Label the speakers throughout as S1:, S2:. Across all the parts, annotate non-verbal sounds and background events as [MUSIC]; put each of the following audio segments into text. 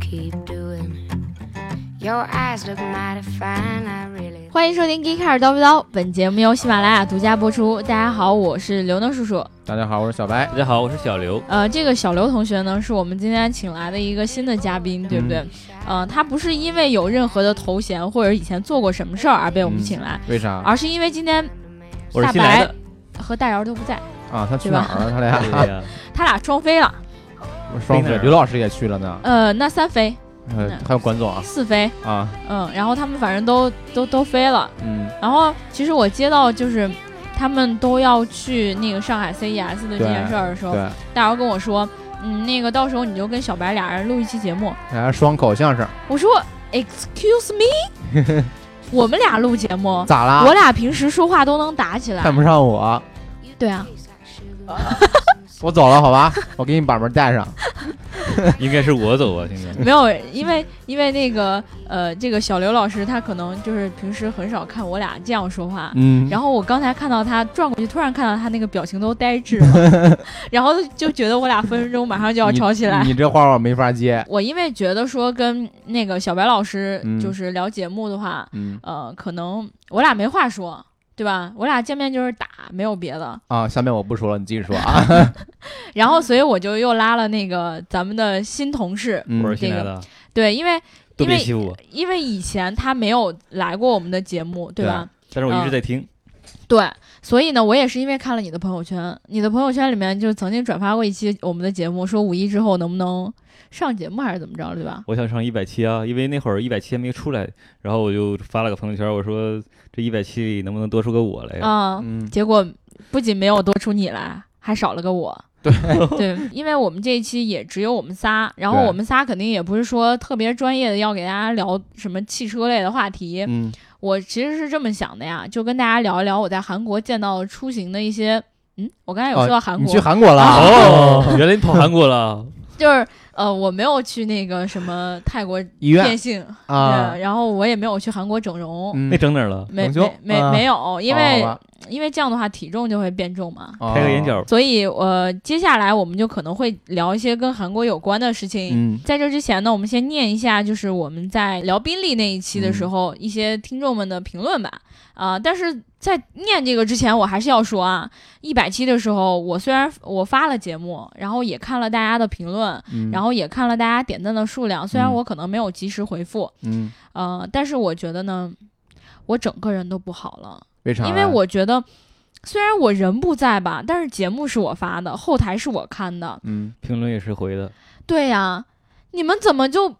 S1: keep doing. Your eyes look mighty fine, I really.
S2: 欢迎收听《g e e k a r 叨不叨》，本节目由喜马拉雅独家播出。大家好，我是刘能叔叔。
S3: 大家好，我是小白。
S4: 大家好，我是小刘。
S2: 呃，这个小刘同学呢，是我们今天请来的一个新的嘉宾，对不对？嗯、呃，他不是因为有任何的头衔或者以前做过什么事儿而被我们请来，
S3: 为啥
S2: 而是因为今天
S4: 嗯我是
S2: 大
S4: 新来
S2: [LAUGHS] 白
S4: 的。
S2: 和大姚都不在，
S3: 啊？他去
S2: 对吧
S3: 哪儿了？他俩
S4: 对呀，
S2: 他俩双飞了。
S3: 双飞
S4: 飞哪，儿
S3: 刘老师也去了呢。
S2: 呃，那三飞、
S3: 呃，还有管总啊
S2: 四飞，
S3: 啊，
S2: 嗯，然后他们反正都都都飞了。
S3: 嗯，
S2: 然后其实我接到就是他们都要去那个上海 CES 的这件事儿的时候，
S3: 对，
S2: 大姚跟我说，嗯，那个到时候你就跟小白俩人录一期节目。
S3: 还是哎双口相声，
S2: 我说，Excuse me，我 [LAUGHS] 们俩录节目，
S3: 咋啦
S2: 哦我？俩平时说话都能打起来
S3: 看。不上我，
S2: 对啊，
S3: 我走了，好吧？我给你把门带上。
S4: 应该是我走啊，现在。
S2: 没有，因为因为那个呃，这个小刘老师他可能就是平时很少看我俩这样说话。
S3: 嗯
S2: [LAUGHS] 然后我刚才看到他转过去，突然看到他那个表情都呆滞了，
S3: [LAUGHS]
S2: 然后就觉得我俩分分钟马上就要吵起来
S3: 你。你这话我没法接。
S2: 我因为觉得说跟那个小白老师
S3: 嗯
S2: 就是聊节目的话，
S3: 嗯
S2: 呃，可能我俩没话说，对吧？我俩见面就是打，没有别的。
S3: 啊，下面我不说了，你继续说啊。
S2: [LAUGHS] 然后，所以我就又拉了那个咱们的新同事，
S3: 嗯
S4: 我是新来的，
S2: 对，因为
S4: 都
S2: 因
S4: 别欺
S2: 为
S4: 负我。
S2: 因为以前他没有来过我们的节目，对吧？
S4: 但是我一直在
S2: 嗯
S4: 听，
S2: 对，所以呢，我也是因为看了你的朋友圈，你的朋友圈里面就曾经转发过一期我们的节目，说五一之后能不能上节目还是怎么着，对吧？
S4: 我想上一百期啊，因为那会儿一百期还没出来，然后我就发了个朋友圈，我说这一百期里能不能多出个我来呀？
S2: 啊、
S3: 嗯，
S2: 结果不仅没有多出你来，还少了个我。对 [LAUGHS] 对，因为我们这一期也只有我们仨，然后
S3: 对
S2: 我们仨肯定也不是说特别专业的要给大家聊什么汽车类的话题。
S3: 嗯
S2: 我其实是这么想的呀，就跟大家聊一聊我在韩国见到出行的一些，嗯，我刚才有说到韩
S3: 啊你
S2: 国，啊
S3: 去韩国了？
S4: 哦，原来你跑韩国了，
S2: 就是呃，我没有去那个什么泰国
S3: 医
S2: 变
S3: 院
S2: 性，
S3: 啊
S2: 对，，然后我也没有去韩国整容，
S3: 嗯
S4: 那整哪儿了？
S2: 没
S3: 整胸
S2: 没没、
S3: 啊
S2: 没有，因为、
S3: 哦好吧
S2: 因为这样的话体重就会变重嘛，
S3: 哦
S4: 开个眼角，
S2: 所以呃，接下来我们就可能会聊一些跟韩国有关的事情。
S3: 嗯
S2: 在这之前呢，我们先念一下，就是我们在聊宾利那一期的时
S3: 嗯
S2: 候，一些听众们的评论吧。啊、但是在念这个之前，我还是要说啊，一百期的时候，我虽然我发了节目，然后也看了大家的评论，
S3: 嗯，
S2: 然后也看了大家点赞的数量，虽然
S3: 嗯
S2: 我可能没有及时回复，
S3: 嗯，
S2: 呃，但是我觉得呢，我整个人都不好啊了。
S3: 为啥呀？啊
S2: 因为我觉得，虽然我人不在吧，但是节目是我发的，后台是我看的。
S3: 嗯
S4: 评论也是回的，
S2: 对呀、你们怎么就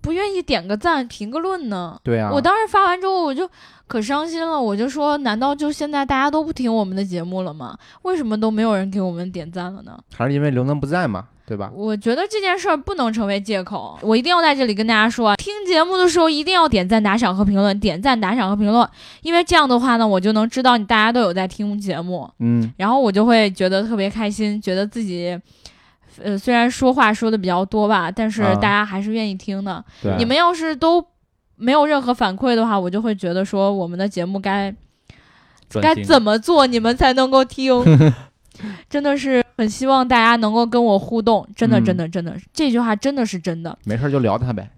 S2: 不愿意点个赞、评个论呢？
S3: 对啊，
S2: 我当时发完之后，我就可伤心了，我就说，难道就现在大家都不听我们的节目了吗？为什么都没有人给我们点赞了呢？
S3: 还是因为刘能不在嘛，对吧？
S2: 我觉得这件事儿不能成为借口，我一定要在这里跟大家说啊，听节目的时候一定要点赞、打赏和评论，点赞、打赏和评论，因为这样的话呢，我就能知道你大家都有在听节目，
S3: 嗯
S2: 然后我就会觉得特别开心，觉得自己，呃，虽然说话说的比较多吧，但是
S3: 啊
S2: 大家还是愿意听的。
S3: 对
S2: 你们要是都没有任何反馈的话，我就会觉得说我们的节目该该
S4: 专心。
S2: 怎么做你们才能够
S3: [LAUGHS]
S2: 听，真的是很希望大家能够跟我互动，真的，
S3: 嗯
S2: 真的，真的，这句话真的是真的，
S3: 没事儿就聊他呗。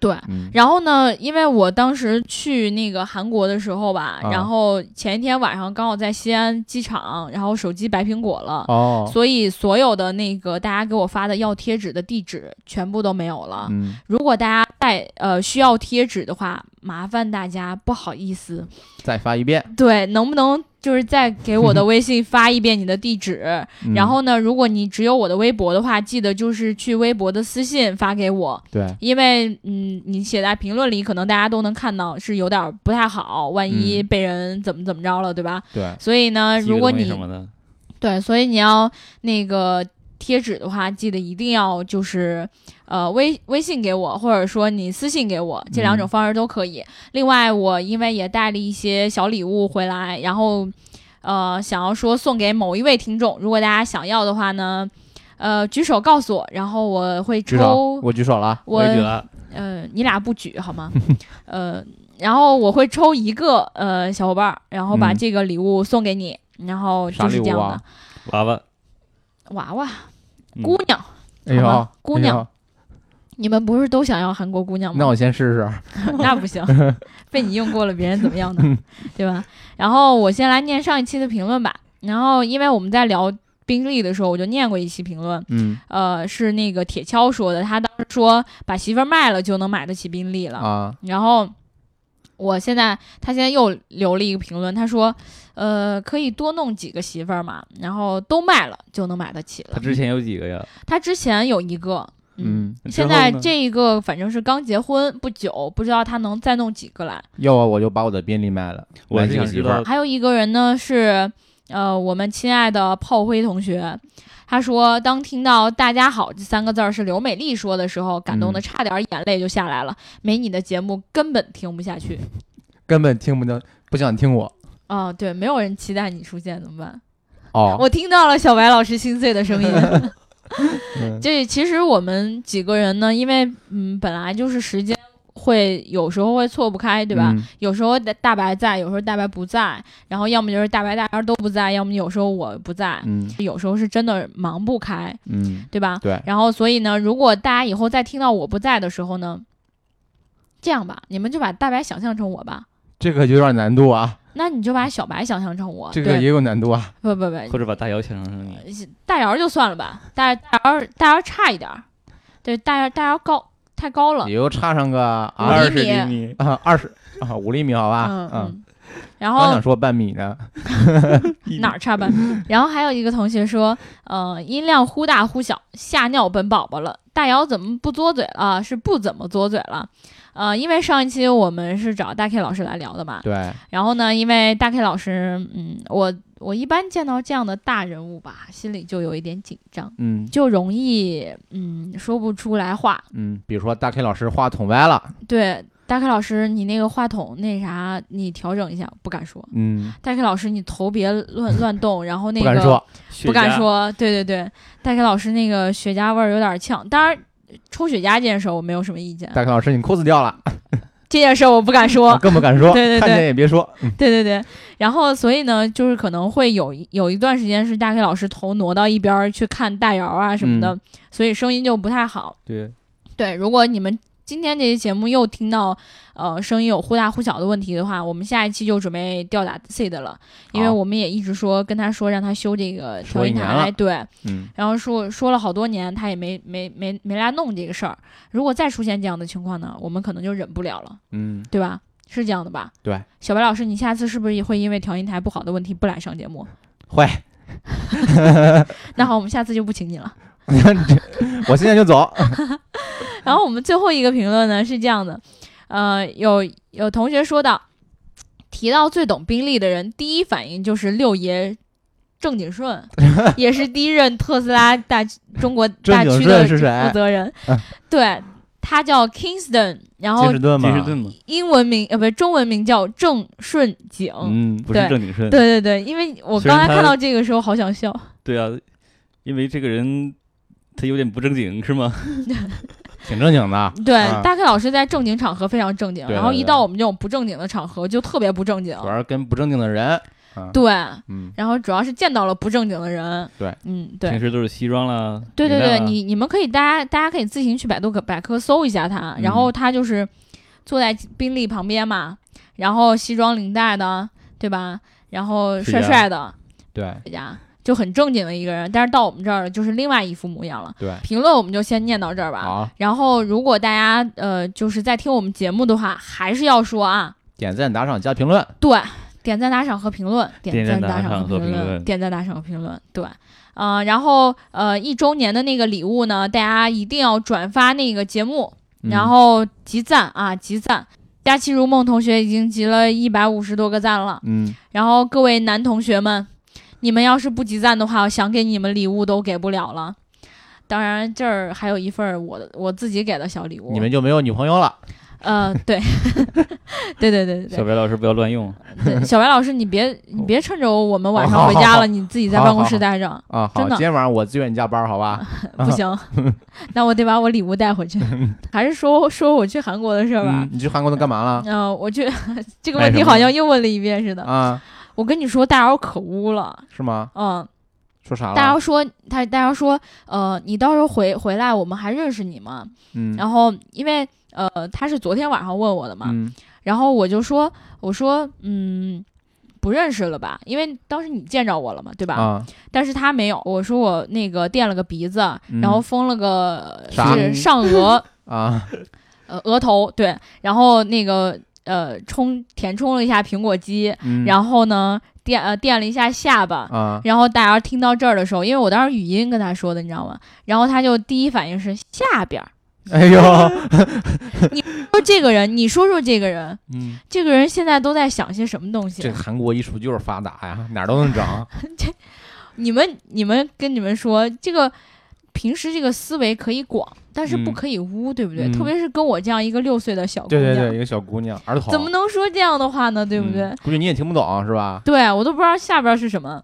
S2: 对。
S3: 嗯
S2: 然后呢，因为我当时去那个韩国的时候吧，
S3: 啊
S2: 然后前一天晚上刚好在西安机场，然后手机白苹果了，
S3: 哦，
S2: 所以所有的那个大家给我发的要贴纸的地址全部都没有了。
S3: 嗯
S2: 如果大家在呃需要贴纸的话，麻烦大家不好意思，
S3: 再发一遍。
S2: 对，能不能就是再给我的微信发一遍你的地址？
S3: 嗯
S2: 然后呢，如果你只有我的微博的话，记得就是去微博的私信发给我，
S3: 对，
S2: 因为嗯，你写在评论里，可能大家都能看到，是有点不太好，万一被人怎么怎么着了，对吧？
S3: 对，
S2: 所以呢，
S4: 寄个
S2: 如果
S4: 东西
S2: 你
S4: 什么的，
S2: 对，所以你要那个贴纸的话，记得一定要就是呃微微信给我，或者说你私信给我，这两
S3: 嗯
S2: 种方式都可以。另外，我因为也带了一些小礼物回来，然后呃想要说送给某一位听众，如果大家想要的话呢，呃举手告诉我，然后我会
S3: 举手，
S2: 抽
S3: 我举手了。啊
S2: 我
S4: 也觉得
S2: 呃你俩不举好
S3: [LAUGHS]
S2: 吗？呃，然后我会抽一个呃小伙伴儿，然后把
S3: 嗯
S2: 这个礼物送给你，然后
S3: 啥
S2: 就是
S3: 礼
S2: 这样
S3: 物
S2: 的。
S3: 啊？
S4: 娃娃
S2: 娃娃、
S4: 嗯
S2: 姑娘、
S3: 哎
S2: 好
S3: 呦
S2: 吧，姑娘
S3: 哎呦，
S2: 你们不是都想要韩国姑娘吗？
S3: 那我先试试。
S2: [LAUGHS] 那不行，被你用过了，别人怎么样呢？对吧？然后我先来念上一期的评论吧。然后因为我们在聊宾利的时候，我就念过一期评论，
S3: 嗯
S2: 呃，是那个铁锹说的，他当时说把媳妇儿卖了就能买得起宾利了。
S3: 啊，
S2: 然后我现在他现在又留了一个评论，他说，呃，可以多弄几个媳妇儿嘛，然后都卖了就能买得起
S4: 他
S2: 了。
S4: 之前有几个呀？
S2: 他之前有一个，嗯
S3: 嗯，
S4: 之
S2: 现
S4: 后
S2: 在
S4: 呢
S2: 这一个反正是刚结婚不久，不知道他能再弄几个来。
S3: 要不我就把我的宾利卖了，
S4: 我
S3: 买
S4: 是
S3: 几个
S4: 想
S3: 媳
S4: 知
S3: 妇儿
S4: 道。
S2: 还有一个人呢是，呃，我们亲爱的炮灰同学，他说当听到“大家好”这三个字儿是刘美丽说的时候，感动的
S3: 嗯
S2: 差点眼泪就下来了。没你的节目根本听不下去。
S3: 根本听不到，不想听我。
S2: 啊、对，没有人期待你出现怎么办？
S3: 哦，
S2: 我听到了小白老师心碎的声
S4: [LAUGHS]
S2: 音。
S3: 嗯
S2: 这其实我们几个人呢，因为嗯，本来就是时间会有时候会错不开，对吧？？有时候大大白在，有时候大白不在，然后要么就是大白大家都不在，要么有时候我不在，
S3: 嗯
S2: 有时候是真的忙不开，
S3: 嗯，
S2: 对吧？
S3: 对
S2: 然后所以呢，如果大家以后再听到我不在的时候呢，这样吧，你们就把大白想象成我吧，
S3: 这个有点难度啊，
S2: 那你就把小白想象成我，
S3: 这个
S2: 哦对
S3: 也有难度啊。
S2: 不不不，
S4: 或者把大姚想象成你，
S2: 大姚就算了吧，大大姚大姚差一点儿，对，大姚大姚高太高了
S3: 也，就差上个
S2: 二
S3: 啊
S2: 十厘
S4: 米，
S3: 啊二十啊五厘米，好吧？
S2: 嗯
S3: 嗯，
S2: 嗯，然
S3: 刚
S2: 后
S3: 想说半米呢，
S2: 哪儿差半米？ [LAUGHS] 然后还有一个同学说，呃，音量忽大忽小，吓尿本宝宝了。大姚怎么不作嘴了？是不怎么作嘴了？呃，因为上一期我们是找大 K 老师来聊的嘛，
S3: 对，
S2: 然后呢，因为大 K 老师，嗯，我我一般见到这样的大人物吧，心里就有一点紧张，
S3: 嗯
S2: 就容易嗯说不出来话。
S3: 嗯，比如说大 K 老师话筒歪了，
S2: 对，大 K 老师，你那个话筒那啥，你调整一下，不敢说。
S3: 嗯，
S2: 大 K 老师，你头别乱乱动，然后那
S3: 不
S2: 个
S3: 敢说，
S2: 不敢说，对对对，大 K 老师那个雪茄味儿有点呛，当然。抽雪茄这件事儿我没有什么意见，
S3: 大 K 老师你裤子掉了，
S2: 这件事儿我不敢
S3: 我
S2: 说。
S3: 更不敢说，
S2: 对对对
S3: 看见也别 [LAUGHS] 说，
S2: [LAUGHS] 对对对，然后所以呢，就是可能会有一有一段时间是大 K 老师头挪到一边儿去看大姚啊什么的，
S3: 嗯
S2: 所以声音就不太好。
S4: 对，
S2: 对，如果你们今天这期节目又听到呃声音有忽大忽小的问题的话，我们下一期就准备吊打 C 的了，因为
S3: 好
S2: 我们也一直说跟他说让他修这个调
S3: 说一
S2: 音
S3: 年
S2: 台，
S3: 了
S2: 对，
S3: 嗯，
S2: 然后说说了好多年，他也没没没没来弄这个事儿。如果再出现这样的情况呢，我们可能就忍不了了，
S3: 嗯，
S2: 对吧？是这样的吧？
S3: 对。
S2: 小白老师，你下次是不是也会因为调音台不好的问题不来上节目？
S3: 会。
S2: 那好，我们下次就不请你了。
S3: 我现在就走， [LAUGHS]
S2: 然后我们最后一个评论呢是这样的，呃，有有同学说到，提到最懂宾利的人，第一反应就是六爷郑景
S3: [LAUGHS]
S2: 顺，也是第一任特斯拉大中国大
S3: 郑
S2: 区
S3: 景
S2: 的
S3: 顺是
S2: 负
S3: 谁？
S2: 责人，
S3: 嗯对
S2: 对他叫 Kingston，然后
S3: 金士顿
S4: 金士
S3: 吗？
S4: 顿嘛，
S2: 英文名呃不是中文名叫郑顺景。
S3: 嗯，
S4: 不是
S2: 对
S4: 正经顺，
S2: 对对对，因为我
S4: 虽然
S2: 刚才
S4: 他
S2: 看到这个时候好想笑，
S4: 对啊，因为这个人他有点不正经是吗？
S3: 挺正经的，
S2: 对，
S3: 啊
S2: 大 K 老师在正经场合非常正经，
S3: 对
S2: 然后
S3: 对
S2: 一
S3: 对
S2: 到我们这种不正经的场合就特别不正经
S3: 主，要是跟不正经的人，啊，
S2: 对，
S3: 嗯，
S2: 然后主要是见到了不正经的人，
S3: 对，
S2: 嗯，
S4: 平
S2: 对，
S4: 时都是西装啦，
S2: 对对
S4: 领带
S3: 啊
S2: 对，
S4: 啦
S2: 你你们可以大家大家可以自行去百度可百科搜一下他，
S3: 嗯
S2: 然后他就是坐在宾利旁边嘛，然后西装领带的，对吧？然后
S4: 是
S2: 帅
S4: 呀
S2: 帅的，
S3: 对
S2: 家就很正经的一个人，但是到我们这儿就是另外一副模样了。
S3: 对，
S2: 评论我们就先念到这儿吧。
S3: 好，
S2: 然后，如果大家呃就是在听我们节目的话，还是要说啊，
S3: 点赞、打赏、加评论，
S2: 对，点赞、打赏和评论，
S4: 点
S2: 赞、
S4: 赞
S2: 打
S4: 打赏
S2: 和
S4: 和评
S2: 论，
S4: 论
S2: 点赞、打赏和评论，对。呃，然后呃，一周年的那个礼物呢，大家一定要转发那个节目，
S3: 嗯
S2: 然后集赞啊，集赞。佳期如梦同学已经集了一百五十多个赞了，
S3: 嗯，
S2: 然后各位男同学们，你们要是不集赞的话，我想给你们礼物都给不了了。当然，这儿还有一份儿我的我自己给的小礼物。
S3: 你们就没有女朋友了，
S2: 呃，对， [LAUGHS] 对对对
S4: 小
S2: 对
S4: 白老师不要乱用，
S2: 对对，小白老师，你
S3: [LAUGHS]
S2: 别你别趁着我们晚
S3: 好
S2: 上
S3: 好
S2: 回家
S3: 好
S2: 了，
S3: [LAUGHS]
S2: 你自己在
S3: 好
S2: 办公
S3: 好
S2: 室
S3: 哦好
S2: 待着，
S3: 啊，好，
S2: 真的
S3: 今天晚上我自愿加班，好吧？
S2: [LAUGHS] 不行，
S3: [LAUGHS]
S2: 那我得把我礼物带回去。还是说说我去韩国的事儿吧
S3: 嗯，。你去韩国能干嘛了？
S2: 嗯、我去这个
S3: 买
S2: 问
S3: 什
S2: 题
S3: 么
S2: 好像又问了一遍似的。
S3: 啊，
S2: 我跟你说，大姚可污了，
S3: 是吗？
S2: 嗯，
S3: 说啥
S2: 大姚
S3: 了？
S2: 说他大姚说，呃，你到时候回回来，我们还认识你吗？
S3: 嗯，
S2: 然后因为呃他是昨天晚上问我的嘛，
S3: 嗯
S2: 然后我就说我说嗯不认识了吧，因为当时你见着我了嘛，对吧？
S3: 啊，
S2: 但是他没有，我说我那个垫了个鼻子，
S3: 嗯
S2: 然后封了个
S3: 啥
S2: 是上额
S3: 啊，
S2: 呃额头对，然后那个呃充填充了一下苹果肌，
S3: 嗯
S2: 然后呢垫呃垫了一下下巴，
S3: 啊，
S2: 然后大姚听到这儿的时候，因为我当时语音跟他说的，你知道吗？然后他就第一反应是下边儿，
S3: 哎
S2: [LAUGHS]
S3: 呦，
S2: 说这个人，你说说这个人，
S4: 嗯，
S2: 这个人现在都在想些什么东
S3: 这
S2: 西？
S3: 韩国艺术就是发达呀，哪儿都能整。
S2: 你们你们跟你们说，这个平时这个思维可以广，但是不
S4: 嗯
S2: 可以污，对不对？
S3: 嗯
S2: 特别是跟我这样一个六岁的小姑
S3: [LAUGHS] 对
S2: 娘，
S3: 对对，一个小姑娘，儿童，嗯
S2: 怎么能说这样的话呢？对不
S4: 嗯
S2: 对？
S3: 估计你也听不懂是吧？
S2: 对我都不知道下边儿是什么。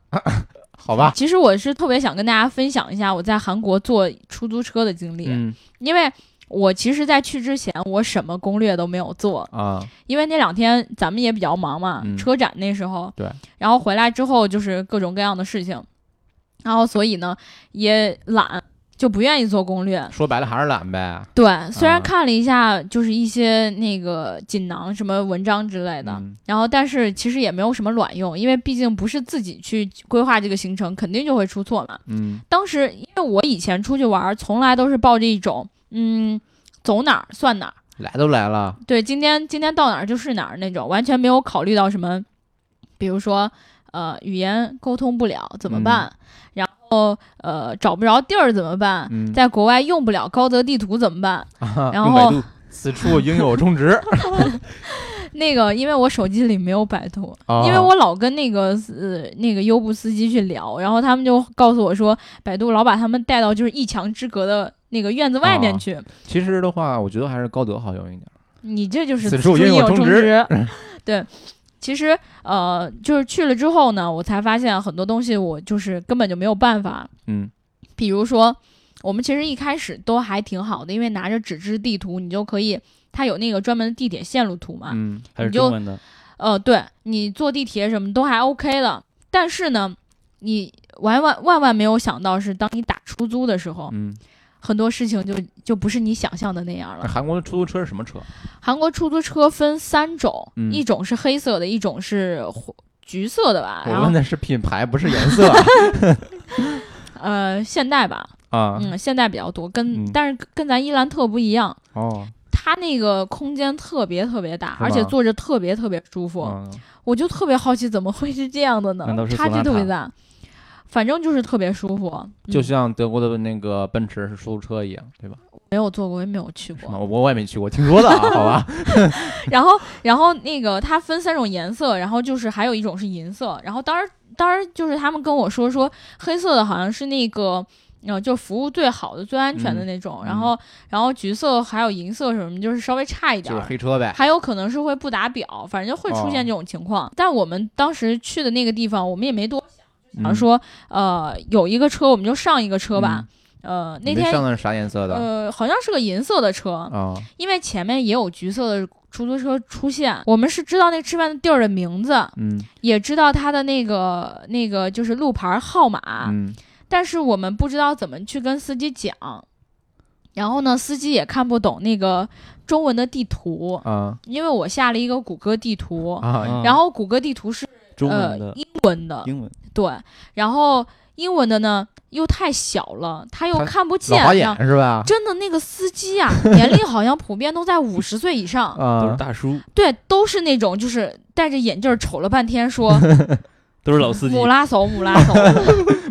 S3: 好吧，
S2: 其实我是特别想跟大家分享一下我在韩国坐出租车的经历，
S3: 嗯
S2: 因为我其实，在去之前我什么攻略都没有做，
S3: 啊，
S2: 因为那两天咱们也比较忙嘛，
S3: 嗯
S2: 车展那时候，
S3: 对，
S2: 然后回来之后就是各种各样的事情，然后所以呢也懒，就不愿意做攻略。
S3: 说白了还是懒呗。
S2: 对，虽然
S3: 啊
S2: 看了一下就是一些那个锦囊什么文章之类的，
S3: 嗯
S2: 然后但是其实也没有什么卵用，因为毕竟不是自己去规划这个行程，肯定就会出错嘛。
S3: 嗯
S2: 当时因为我以前出去玩儿，从来都是抱着一种嗯走哪儿算哪儿。
S3: 来都来了，
S2: 对，今天今天到哪儿就是哪儿那种，完全没有考虑到什么，比如说呃语言沟通不了怎么办，然后呃找不着地儿怎么办，
S3: 嗯， [LAUGHS] 啊
S2: 在国外用不了高德地图怎么办？然
S4: 用百
S2: 后
S4: 度，
S3: 此处应有种 [LAUGHS] 植，
S2: 那个因为我手机里没有百度，
S3: 啊
S2: 因为我老跟那个呃那个优步司机去聊，然后他们就告诉我说，百度老把他们带到就是一墙之隔的那个院子外面
S3: 啊
S2: 去。
S3: 其实的话，我觉得还是高德好用一点。
S2: 你这就是
S3: 此
S2: 此
S3: 处
S2: 处
S3: 应
S2: 应
S3: 有
S2: 有
S3: 种
S2: 种植。对，其实呃，就是去了之后呢，我才发现很多东西我就是根本就没有办法。
S3: 嗯
S2: 比如说，我们其实一开始都还挺好的，因为拿着纸质地图，你就可以，它有那个专门的地铁线路图嘛。
S3: 嗯
S4: 还是
S2: 你就
S4: 中文的，
S2: 呃，对你坐地铁什么都还 OK 的，但是呢，你万万万万没有想到是，当你打出租的时候，
S3: 嗯，
S2: 很多事情就就不是你想象的那样
S3: [LAUGHS]
S2: 了
S3: 那。韩国的出租车是什么车？
S2: 韩国出租车分三种，
S3: 嗯
S2: 一种是黑色的，一种是红橘色的吧，然
S3: 我问
S2: 后
S3: 的是品牌，不是颜 [LAUGHS] 色
S2: 呃现代吧，
S3: 啊。
S2: 嗯，现代比较多，跟、
S3: 嗯
S2: 但是跟咱伊兰特不一样，
S3: 哦，
S2: 它那个空间特别特别大，
S3: 是吧
S2: 而且坐着特别特别舒服，
S3: 嗯
S2: 我就特别好奇怎么会是这样的呢
S4: 难道？是
S2: 差距特别
S4: 索纳塔
S2: 大，反正就是特别舒服，
S3: 就
S2: 嗯、
S3: 像德国的那个奔驰是出租车一样，对吧？
S2: 没有坐过，也没有去
S3: 是
S2: 过
S3: 吗？。我我也没去过，听说的啊，好 [LAUGHS] 吧？
S2: 然后，然后那个它分三种颜色，然后就是还有一种是银色。然后当时，当时就是他们跟我说说黑色的好像是那个，呃，就服务最好的、最安全的那种。
S3: 嗯
S2: 然后，然后橘色还有银色什么，就是稍微差一点
S3: 就是
S2: 儿。
S3: 黑哦车呗。
S2: 还有可能是会不打表，反正就会出现这种情况。但我们当时去的那个地方，我们也没多想，
S3: 嗯
S2: 说呃有一个车我们就上一个车吧。呃，
S3: 嗯你
S2: 那
S3: 那
S2: 天
S3: 上的是啥颜色的？
S2: 呃好像是个银色的车，
S3: 啊，
S2: 因为前面也有橘色的出租车出现，我们是知道那吃饭的地儿的名字，
S3: 嗯
S2: 也知道它的那个那个就是路牌号码，
S3: 嗯
S2: 但是我们不知道怎么去跟司机讲。然后呢，司机也看不懂那个中文的地图，
S3: 啊
S2: 因为我下了一个谷歌地图，
S3: 啊，
S2: 嗯然后谷歌地图是
S4: 中
S2: 呃
S4: 文的，
S2: 英文的，
S4: 英文，
S2: 对，然后英文的呢又太小了，他又
S3: 他
S2: 看不
S3: 老
S2: 见，
S3: 花
S2: 然
S3: 眼
S2: 后
S3: 是吧？
S2: 真的那个司机啊，年龄好像普遍都在五十岁以
S3: [LAUGHS]
S2: 上，
S4: 都是
S3: 啊，
S4: 大叔，
S2: 对，都是那种就是戴着眼镜儿瞅了半天说
S3: [LAUGHS]
S4: 都是老司机
S2: 母，拉手母拉手，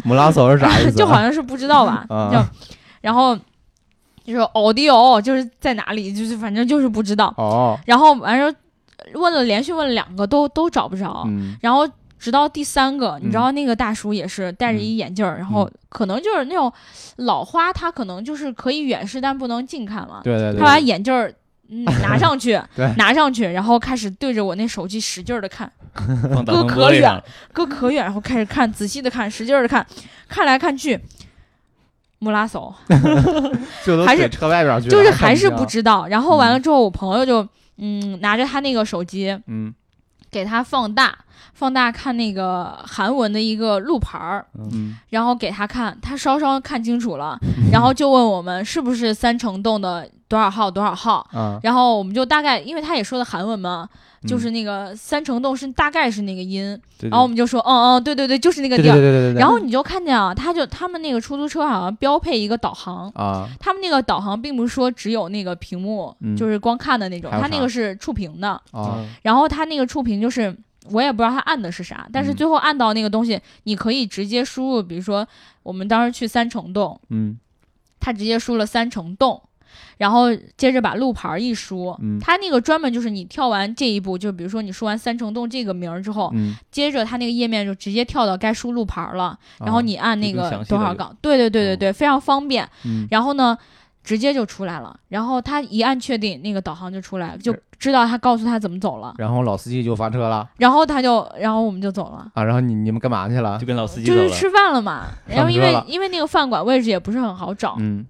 S3: 母拉手是 [LAUGHS] 啥意思？
S2: [LAUGHS] 就好像是不知道吧，
S3: 啊
S2: 就然后就是奥迪欧就是在哪里，就是反正就是不知道，
S3: [LAUGHS] 哦，
S2: 然后完事儿问了连续问了两个都都找不着，
S3: 嗯
S2: 然后。直到第三个，你知
S3: 嗯
S2: 道那个大叔也是戴着一眼镜儿，然后可能就是那种老花，他可能就是可以远视但不能近看嘛，
S3: 对对对，
S2: 他把眼镜儿
S3: [LAUGHS]
S2: 嗯拿上去
S3: 对，
S2: 拿上去，然后开始对着我那手机使劲的看，
S4: 放大
S2: 哥
S4: 风
S2: 可
S4: 玻璃
S2: 远
S4: 上，
S2: 搁可远，然后开始看，仔细的看，使劲的看，看来看去，木拉手，
S3: 就都
S2: 还
S3: 怼
S2: 是
S3: 车外边去了，
S2: 就是
S3: 看
S2: 还是
S3: 见
S2: 不
S3: 了，
S2: 知道。嗯然后完了之后，我朋友就嗯拿着他那个手机
S3: 嗯
S2: 给他放大，放大看那个韩文的一个路牌儿，
S3: 嗯，
S2: 然后给他看，他稍稍看清楚了，然后就问我们是不是三城洞的多少号多少号，
S3: 啊，
S2: 然后我们就大概，因为他也说的韩文嘛，就是
S3: 嗯
S2: 那个三城洞是大概是那个音，
S4: 对
S2: 然后我们就说，嗯嗯，对对对，就是那个
S3: 对
S2: 地
S3: 对对
S2: 儿。
S3: 对对对，
S2: 然后你就看见啊，他就他们那个出租车好像标配一个导航，
S3: 啊，
S2: 他们那个导航并不是说只有那个屏幕，
S3: 嗯
S2: 就是光看的那种，
S3: 还有
S2: 它那
S3: 啥
S2: 个是触屏的。
S3: 啊，
S2: 然后它那个触屏就是我也不知道它按的是啥，但是
S3: 嗯
S2: 最后按到那个东西，你可以直接输入，比如说我们当时去三重洞，
S3: 嗯
S2: 他直接输了三重洞。然后接着把路牌儿一输，
S3: 嗯
S2: 它那个专门就是你跳完这一步，就比如说你输完三重洞这个名儿之后，
S3: 嗯，
S2: 接着它那个页面就直接跳到该输路牌儿了，然后
S3: 啊，
S2: 你按那
S4: 就更
S2: 个
S4: 详细
S2: 多
S4: 了
S2: 少
S4: 就
S2: 杠，对对对对
S4: 嗯
S2: 对，非常方便。
S3: 嗯
S2: 然后呢，直接就出来了。然后他一按确定，那个导航就出来，就知道他告诉他怎么走了。
S3: 然后老司机就发车了
S2: 然后他就，然后我们就走了，
S3: 啊，然后你你们干嘛去了
S4: 就？跟老司机
S2: 就
S4: 走
S2: 是
S4: 了，
S2: 吃饭了嘛。然后因
S3: 上
S2: 为
S3: 车了
S2: 因为那个饭馆位置也不是很好找，
S3: 嗯，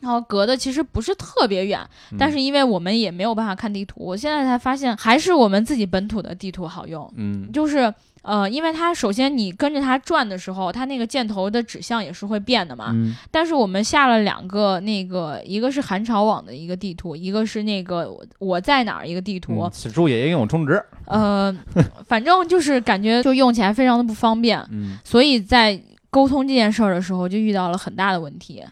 S2: 然后隔的其实不是特别远，
S3: 嗯
S2: 但是因为我们也没有办法看地图，我现在才发现还是我们自己本土的地图好用，
S3: 嗯
S2: 就是。呃，因为它首先你跟着它转的时候，它那个箭头的指向也是会变的嘛。
S3: 嗯
S2: 但是我们下了两个那个，一个是韩朝网的一个地图，一个是那个我我在哪儿一个地图
S3: 嗯，此处也应有充值，嗯
S2: 呃，反正就是感觉就用起来非常的不方便，
S3: 嗯
S2: 所以在沟通这件事儿的时候就遇到了很大的问题。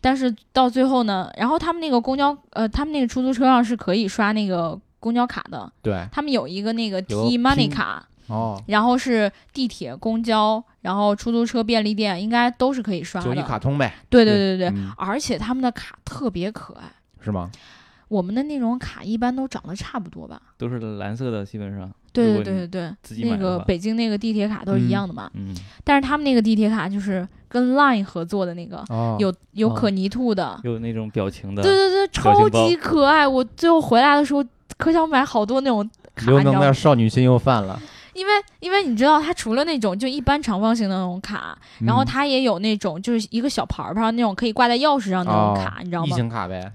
S2: 但是到最后呢，然后他们那个公交，呃，他们那个出租车上是可以刷那个公交卡的，
S3: 对，
S2: 他们有一个那个
S3: 有个
S2: T Money
S3: P-
S2: 卡，
S3: 哦，
S2: 然后是地铁、公交，然后出租车、便利店应该都是可以刷
S3: 就
S2: 的。
S3: 一卡通呗，
S2: 对对对对对，
S3: 嗯
S2: 而且他们的卡特别可爱。
S3: 是吗？
S2: 我们的那种卡一般都长得差不多吧？
S4: 都是蓝色的，基本上。
S2: 对对
S4: 如果
S2: 对
S4: 你
S2: 对
S4: 自己
S2: 对，那
S4: 买的
S2: 个
S4: 话
S2: 北京那个地铁卡都是一样的嘛。
S4: 嗯，
S2: 但是他们那个地铁卡就是跟 LINE 合作的那个，
S3: 哦，
S2: 有有
S4: 哦
S2: 可泥兔的，
S4: 有那种表情的，
S2: 对对对，
S4: 表
S2: 超
S4: 情
S2: 级可爱。我最后回来的时候可想买好多那种卡，
S3: 刘
S2: 你知
S3: 能
S2: 道
S3: 的
S2: 吗？
S3: 少女心又犯了，
S2: 因为因为你知道，它除了那种就一般长方形的那种卡，然后
S3: 嗯
S2: 它也有那种就是一个小牌儿牌儿那种可以挂在钥匙上的那种
S3: 哦
S2: 卡，你知道
S3: 疫
S2: 吗？
S3: 情卡呗，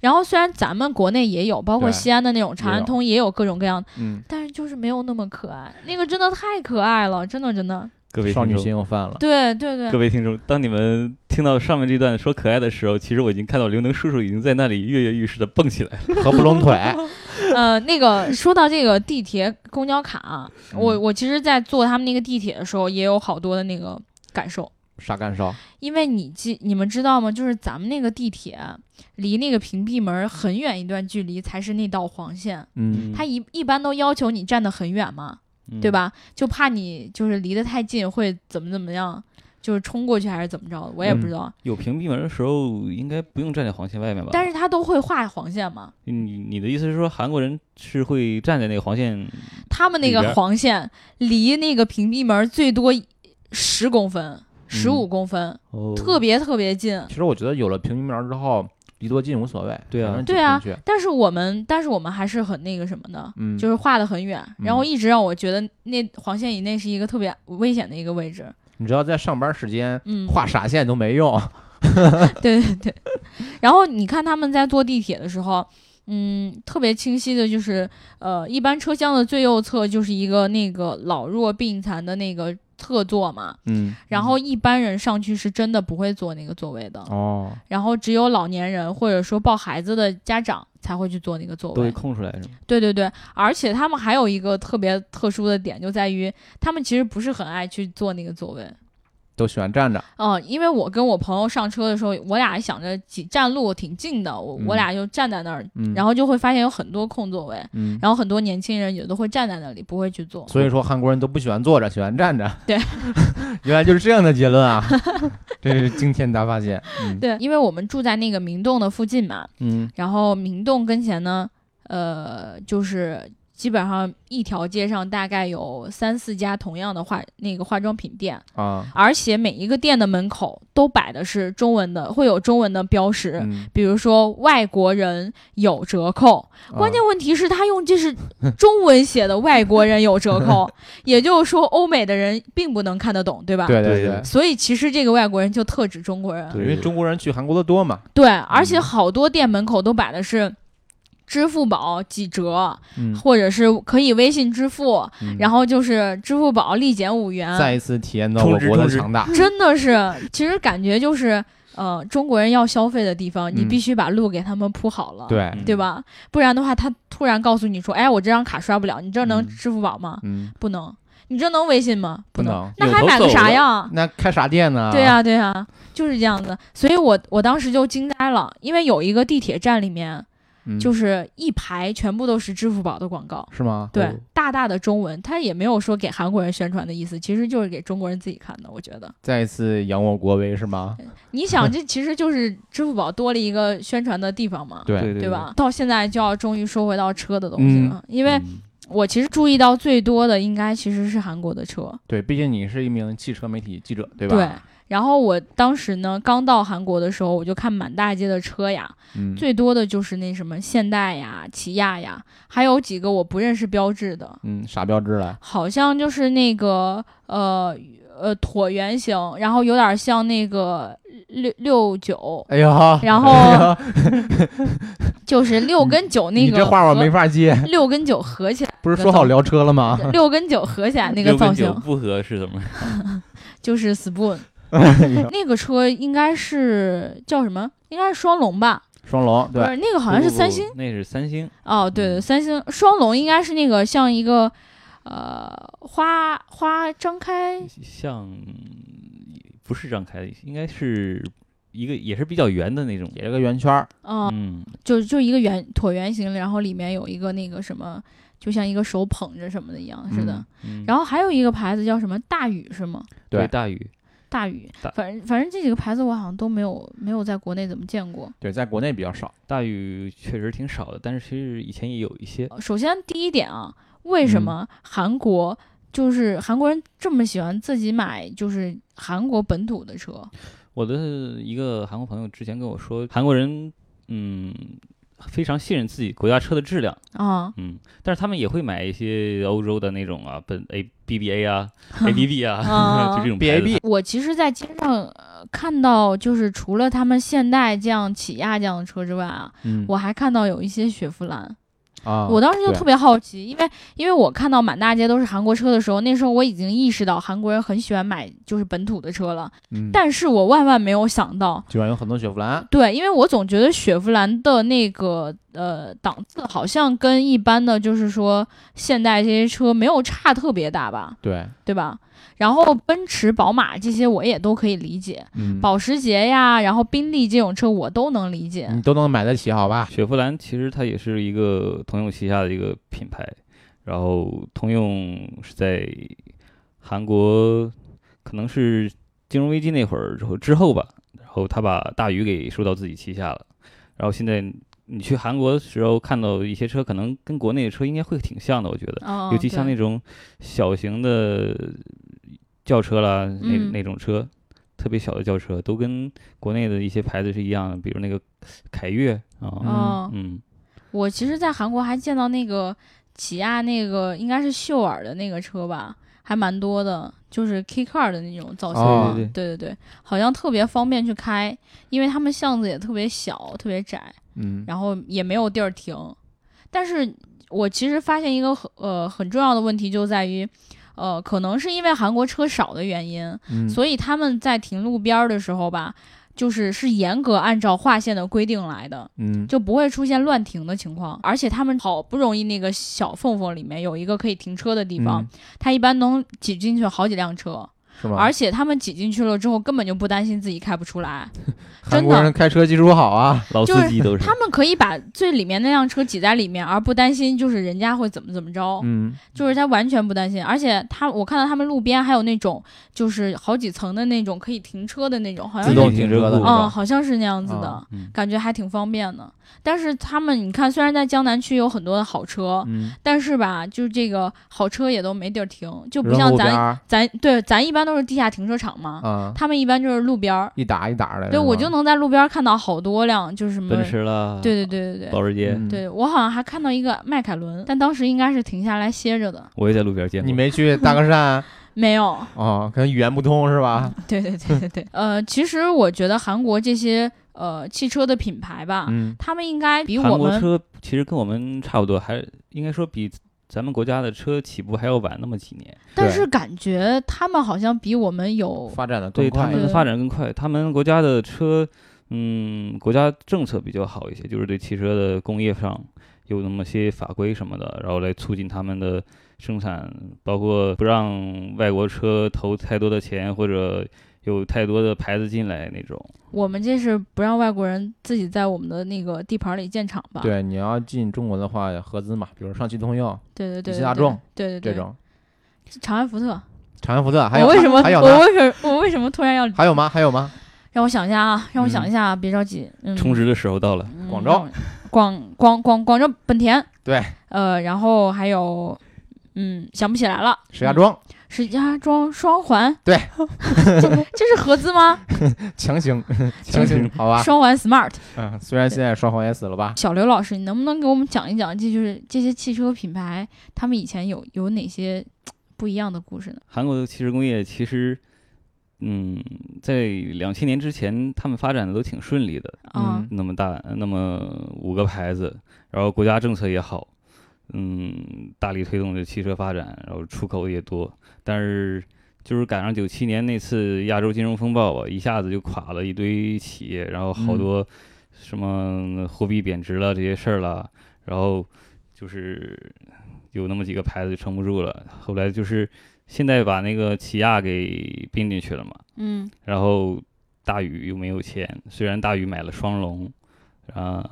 S2: 然后虽然咱们国内也有，包括
S3: 对
S2: 西安的那种长
S3: 也
S2: 安
S3: 有
S2: 通也有各种各样，
S3: 嗯，
S2: 但是就是没有那么可爱。那个真的太可爱了，真的真的，
S3: 嗯
S4: 各位
S3: 少
S4: 听
S3: 女
S4: 众
S3: 心又犯 [LAUGHS] 了，
S2: 对对
S4: 各
S2: 对，
S4: 位听众，当你们听到上面这段说可爱的时候，其实我已经看到刘能叔叔已经在那里跃跃欲试的蹦起来了。
S3: 合不
S2: [LAUGHS]
S3: 拢腿，
S2: 呃，那个说到这个地铁公交卡啊，
S3: 嗯
S2: 我我其实，在坐他们那个地铁的时候，也有好多的那个感受。
S3: [LAUGHS] 啥感受？
S2: 因为你记，你们知道吗？就是咱们那个地铁离那个屏蔽门很远一段距离才是那道黄线，
S3: 嗯，
S2: 它一一般都要求你站得很远嘛，
S4: 嗯
S2: 对？吧？就怕你就是离得太近会怎么怎么样，就是冲过去还是怎么着的，我
S4: 嗯
S2: 也不知道。
S4: 有屏蔽门的时候，应该不用站在黄线外面吧？
S2: 但是他都会画黄线嘛，
S4: 你你的意思是说，韩国人是会站在那个黄线？
S2: 他们那
S4: 里边
S2: 个
S4: 儿
S2: 黄线离那个屏蔽门最多十公分、十五公分，
S4: 哦，
S2: 特别特别近。
S3: 其实我觉得有了平民苗之后，离多近无所谓，
S4: 对啊
S3: 反正
S2: 对啊
S3: 挤不进去，
S2: 但是我们，但是我们还是很那个什么的，
S3: 嗯，
S2: 就是画的很远，然后
S3: 嗯
S2: 一直让我觉得那黄线以内是一个特别危险的一个位置。
S3: 你只要在上班时间
S2: 嗯，
S3: 画啥线都没用，
S2: 对对对。然后你看他们在坐地铁的时候，嗯，特别清晰的就是，呃，一般车厢的最右侧就是一个那个老弱病残的那个侧座嘛，
S3: 嗯，
S2: 然后一般人上去是真的不会坐那个座位的，
S3: 哦，
S2: 然后只有老年人或者说抱孩子的家长才会去坐那个座
S4: 都
S2: 位
S4: 会。空出来是吗？
S2: 对对对，而且他们还有一个特别特殊的点，就在于他们其实不是很爱去坐那个座位。
S3: 都喜欢站着，
S2: 嗯、因为我跟我朋友上车的时候，我俩想着几站路挺近的，我、我
S3: 嗯
S2: 俩就站在那儿，
S3: 嗯，
S2: 然后就会发现有很多空座位，
S3: 嗯，
S2: 然后很多年轻人也都会站在那里，不会去坐。
S3: 所以说韩国人都不喜欢坐着，喜欢站着，
S2: 对，
S3: [LAUGHS] 原来就是这样的结
S2: [LAUGHS]
S3: 论啊，这是惊天大发现，嗯
S2: 对，因为我们住在那个明洞的附近嘛，
S3: 嗯
S2: 然后明洞跟前呢，呃，就是基本上一条街上大概有三四家同样的化那个化妆品店，
S3: 啊，
S2: 而且每一个店的门口都摆的是中文的，会有中文的标识，
S3: 嗯，
S2: 比如说外国人有折扣。关键
S3: 啊
S2: 问题是，他用这是中文写的“外国人有折扣”，也就是说，欧美的人并不能看得懂，对吧？。
S3: 对
S4: 对
S3: 对，
S2: 所以其实这个外国人就特指中国人，
S4: 对
S3: 因为中国人去韩国的多嘛，
S2: 对而且好多店门口都摆的是。支付宝几折，
S3: 嗯，
S2: 或者是可以微信支付，
S4: 嗯
S2: 然后就是支付宝立减五元，
S3: 再一次体验到我国的强大。
S2: 真的是，其实感觉就是，呃，中国人要消费的地方，你
S3: 嗯
S2: 必须把路给他们铺好了，
S3: 对，
S4: 嗯
S2: 对吧？不然的话，他突然告诉你说，哎，我这张卡刷不了，你这能
S3: 嗯
S2: 支付宝吗？
S3: 嗯，
S2: 不能，你这能微信吗？
S3: 不
S2: 能，那
S3: 能。
S4: 有
S2: 还
S4: 头
S2: 买个
S4: 走
S2: 啥
S4: 了
S2: 呀？
S3: 那开啥店呢？
S2: 对呀、，啊对呀、就是这样子。所以我我当时就惊呆了，因为有一个地铁站里面，
S3: 嗯
S2: 就是一排全部都是支付宝的广告，
S3: 是吗？
S2: 对，
S4: 哦
S2: 大大的中文，它也没有说给韩国人宣传的意思，其实就是给中国人自己看的。我觉得，
S3: 再一次扬我国威是吗？
S2: 你想，这其实就是支付宝多了一个宣传的地方嘛。
S3: 对
S4: 对
S2: 对？吧？到现在就要终于说回到车的东西
S3: 嗯
S2: 了，因为
S4: 嗯
S2: 我其实注意到最多的应该其实是韩国的车，
S3: 对，毕竟你是一名汽车媒体记者，对吧？
S2: 对，然后我当时呢，刚到韩国的时候，我就看满大街的车呀，
S3: 嗯，
S2: 最多的就是那什么现代呀、起亚呀，还有几个我不认识标志的，
S3: 嗯，啥标志了？
S2: 好像就是那个呃呃椭圆形，然后有点像那个六六九，
S3: 哎呀，
S2: 然后
S3: 哎呀
S2: 就是六跟九那
S3: 嗯你
S2: 个
S3: 这话我
S2: 合
S3: 没法接，
S2: 六跟九合起来，
S3: 不是说好聊车了吗？
S2: 六跟九合
S3: [LAUGHS]
S2: 起来那个
S4: 六跟
S2: 造型
S4: 九不合是怎么？
S2: 就是
S4: [LAUGHS]
S2: spoon，那
S4: 哎
S2: 个车应该是叫什么？应该是双龙吧？
S3: 双龙，
S2: 不
S3: 对，
S2: 是，那个 [LAUGHS] 好像是
S4: 不嗯
S2: 三星。，
S4: 不不那是三星。
S2: 哦，对对，三星双龙应该是那个像一个，呃，花花张开，
S4: 像不是张开，应该是一个也是比较圆的那种。
S3: 也是个圆圈儿，
S2: 嗯、
S4: 嗯，
S2: 就就一个圆椭圆形，然后里面有一个那个什么，就像一个手捧着什么的一样似的。
S3: 嗯
S4: 嗯
S2: 然后还有一个牌子叫什么大宇是吗？
S3: 对
S4: 对大宇，
S2: 大宇
S4: 大，
S2: 反正反正这几个牌子我好像都没有没有在国内怎么见过。
S3: 对，在国内比较少。
S4: 大宇确实挺少的，但是其实以前也有一些。
S2: 呃首先第一点啊，为什
S3: 嗯
S2: 么韩国、就是韩国人这么喜欢自己买就是韩国本土的车？
S4: 我的一个韩国朋友之前跟我说，韩国人嗯非常信任自己国家车的质量，
S2: 啊、
S4: 嗯，但是他们也会买一些欧洲的那种啊，本 A B B
S3: [LAUGHS]
S4: A 啊，A B B 啊，
S2: 啊
S4: 就这种
S3: 哦 B
S4: 牌
S3: A
S4: 子
S3: B，
S2: 我其实，在街上、呃、看到，就是除了他们现代这样、起亚这样的车之外啊，
S3: 嗯
S2: 我还看到有一些雪佛兰。
S3: 啊，
S2: 我当时就
S3: 对
S2: 特别好奇，因为因为我看到满大街都是韩国车的时候，那时候我已经意识到韩国人很喜欢买就是本土的车了，
S3: 嗯
S2: 但是我万万没有想到。
S3: 居然有很多雪佛兰，
S2: 对，因为我总觉得雪佛兰的那个呃档次好像跟一般的就是说现代这些车没有差特别大吧，
S3: 对，
S2: 对吧？然后奔驰、宝马这些我也都可以理解，
S3: 嗯，
S2: 保时捷呀，然后宾利这种车我都能理解。
S3: 你都能买得起，好吧？
S4: 雪佛兰其实它也是一个通用旗下的一个品牌，然后通用是在韩国可能是金融危机那会儿之后之后吧，然后他把大宇给收到自己旗下了，然后现在你去韩国的时候看到一些车，可能跟国内的车应该会挺像的，我觉得，
S2: 嗯，
S4: 尤其像那
S2: 种
S4: 种小型的轿车啦，那
S2: 嗯
S4: 那种车。特别小的轿车都跟国内的一些牌子是一样的，比如那个凯越
S2: 嗯，
S4: 啊，嗯，
S2: 我其实，在韩国还见到那个起亚那个应该是秀尔的那个车吧，还蛮多的，就是 K car 的那种造型嘛。
S3: 哦
S4: 对对
S2: 对对对，好像特别方便去开，因为他们巷子也特别小，特别窄，
S3: 嗯，
S2: 然后也没有地儿停。但是我其实发现一个很呃很重要的问题就在于，呃，可能是因为韩国车少的原因，
S3: 嗯
S2: 所以他们在停路边儿的时候吧，就是是严格按照划线的规定来的，
S3: 嗯，
S2: 就不会出现乱停的情况。而且他们好不容易那个小缝缝里面有一个可以停车的地方，
S3: 嗯
S2: 他一般能挤进去好几辆车，
S3: 是吗？
S2: 而且他们挤进去了之后，根本就不担心自己开不出来。
S3: 韩
S2: 真
S3: 国
S2: 的
S3: 人开车技术好啊，
S4: 老
S2: 就是
S4: 司机都是
S2: 他们可以把最里面那辆车挤在里面，而不担心就是人家会怎么怎么着，
S3: 嗯，
S2: 就是他完全不担心。而且他我看到他们路边还有那种就是好几层的那种可以停车的那种，好像是
S3: 自动停车的
S4: 是
S2: 嗯，
S4: 吧？
S2: 好像是那样子的，
S3: 啊
S4: 嗯
S2: 感觉还挺方便的。但是他们，你看，虽然在江南区有很多的好车，
S3: 嗯，
S2: 但是吧，就是这个好车也都没地儿停，就不
S3: 扔
S2: 像
S3: 路边
S2: 咱
S3: 儿
S2: 咱对咱一般都是地下停车场嘛，
S3: 啊，哎
S2: 他们一般就是路边儿。
S3: 一打一打的，
S2: 对，
S3: 是吗
S2: 我就能在路边儿看到好多辆，就是什么，
S4: 奔驰啦，
S2: 对对对对对。
S4: 保时捷，
S3: 嗯
S2: 对我好像还看到一个迈凯伦，但当时应该是停下来歇着的，
S4: 我也在路边见过。
S3: 你没去大
S2: [LAUGHS]
S3: 个山
S2: 没有，
S3: [LAUGHS] 哦，可能语言不通是吧？ [LAUGHS]
S2: 对对对对对，呃，其实我觉得韩国这些呃汽车的品牌吧，
S3: 嗯，
S2: 他们应该比
S4: 韩
S2: 我
S4: 国
S2: 们
S4: 车其实跟我们差不多，还应该说比咱们国家的车起步还要晚那么几年，
S2: 但
S3: 对
S2: 是感觉他们好像比我们有
S3: 发展的
S4: 对
S3: 更
S4: 他
S3: 快一
S4: 们
S3: 点。
S4: 的
S2: 对
S4: 发展更快。他们国家的车，嗯，国家政策比较好一些，就是对汽车的工业上有那么些法规什么的，然后来促进他们的生产，包括不让外国车投太多的钱或者有太多的牌子进来那种。
S2: 我们这是不让外国人自己在我们的那个地盘里建厂吧？
S3: 对，你要进中国的话，合资嘛，比如上汽通用
S2: 对对对对，
S3: 一汽大众
S2: 对对对
S3: 这，种，
S2: 长安福特。
S3: 长安福特还有
S2: 我为什么
S3: 还有
S2: 我
S3: 呢？
S2: 为什么我为什么突然要
S3: 还有吗？还有吗？
S2: 让我想一下啊？让我想一下啊，别着急。嗯，
S4: 充值的时候到了，
S2: 嗯
S3: 广州
S2: 让我广广广广州本田。
S3: 对。
S2: 呃，然后还有，嗯，想不起来了。
S3: 石家庄
S2: 嗯，石家庄双环。
S3: 对
S2: [LAUGHS] 这，这是合资
S3: [LAUGHS]
S2: 吗？
S3: 强
S2: [LAUGHS]
S3: 行强行，好吧？
S2: 双环 Smart。
S3: 嗯，虽然现在双环也死了吧，
S2: 小刘老师，你能不能给我们讲一讲，这就是这些汽车品牌，他们以前有有哪些不一样的故事呢？
S4: 韩国的汽车工业其实，嗯，在两千年之前，他们发展的都挺顺利的，
S2: 啊、
S3: 嗯
S4: 那么大那么五个牌子，然后国家政策也好，嗯，大力推动着汽车发展，然后出口也多，但是就是赶上九七年那次亚洲金融风暴吧，一下子就垮了一堆企业，然后好
S3: 嗯
S4: 多什么货币贬值了这些事儿了，然后就是有那么几个牌子就撑不住了，后来就是现在把那个起亚给并进去了嘛，
S2: 嗯，
S4: 然后大宇又没有钱，虽然大宇买了双龙，啊，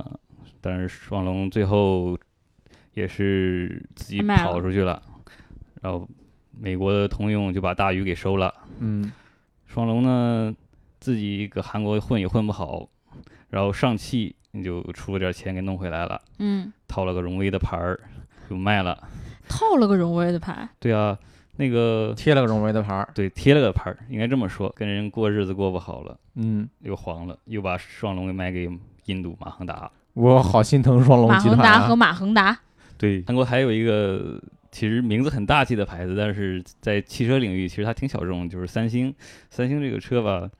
S4: 但是双龙最后也是自己
S2: 卖了
S4: 跑出去了，然后美国的通用就把大宇给收了，
S3: 嗯，
S4: 双龙呢自己搁韩国混也混不好，然后上汽就出了点钱给弄回来了，
S2: 嗯，
S4: 套了个荣威的牌儿就卖了，
S2: 套了个荣威的牌，
S4: 对啊，那个
S3: 贴了个荣威的牌儿，
S4: 对贴了个牌儿，应该这么说，跟人过日子过不好了。
S3: 嗯，
S4: 又黄了，又把双龙给卖给印度马航达。
S3: 我好心疼双龙
S2: 马
S3: 集
S2: 恒
S3: 团
S2: 达和
S3: 啊，
S2: 马恒达。
S4: 对，韩国还有一个其实名字很大气的牌子，但是在汽车领域其实它挺小众，就是三星。三星这个车吧，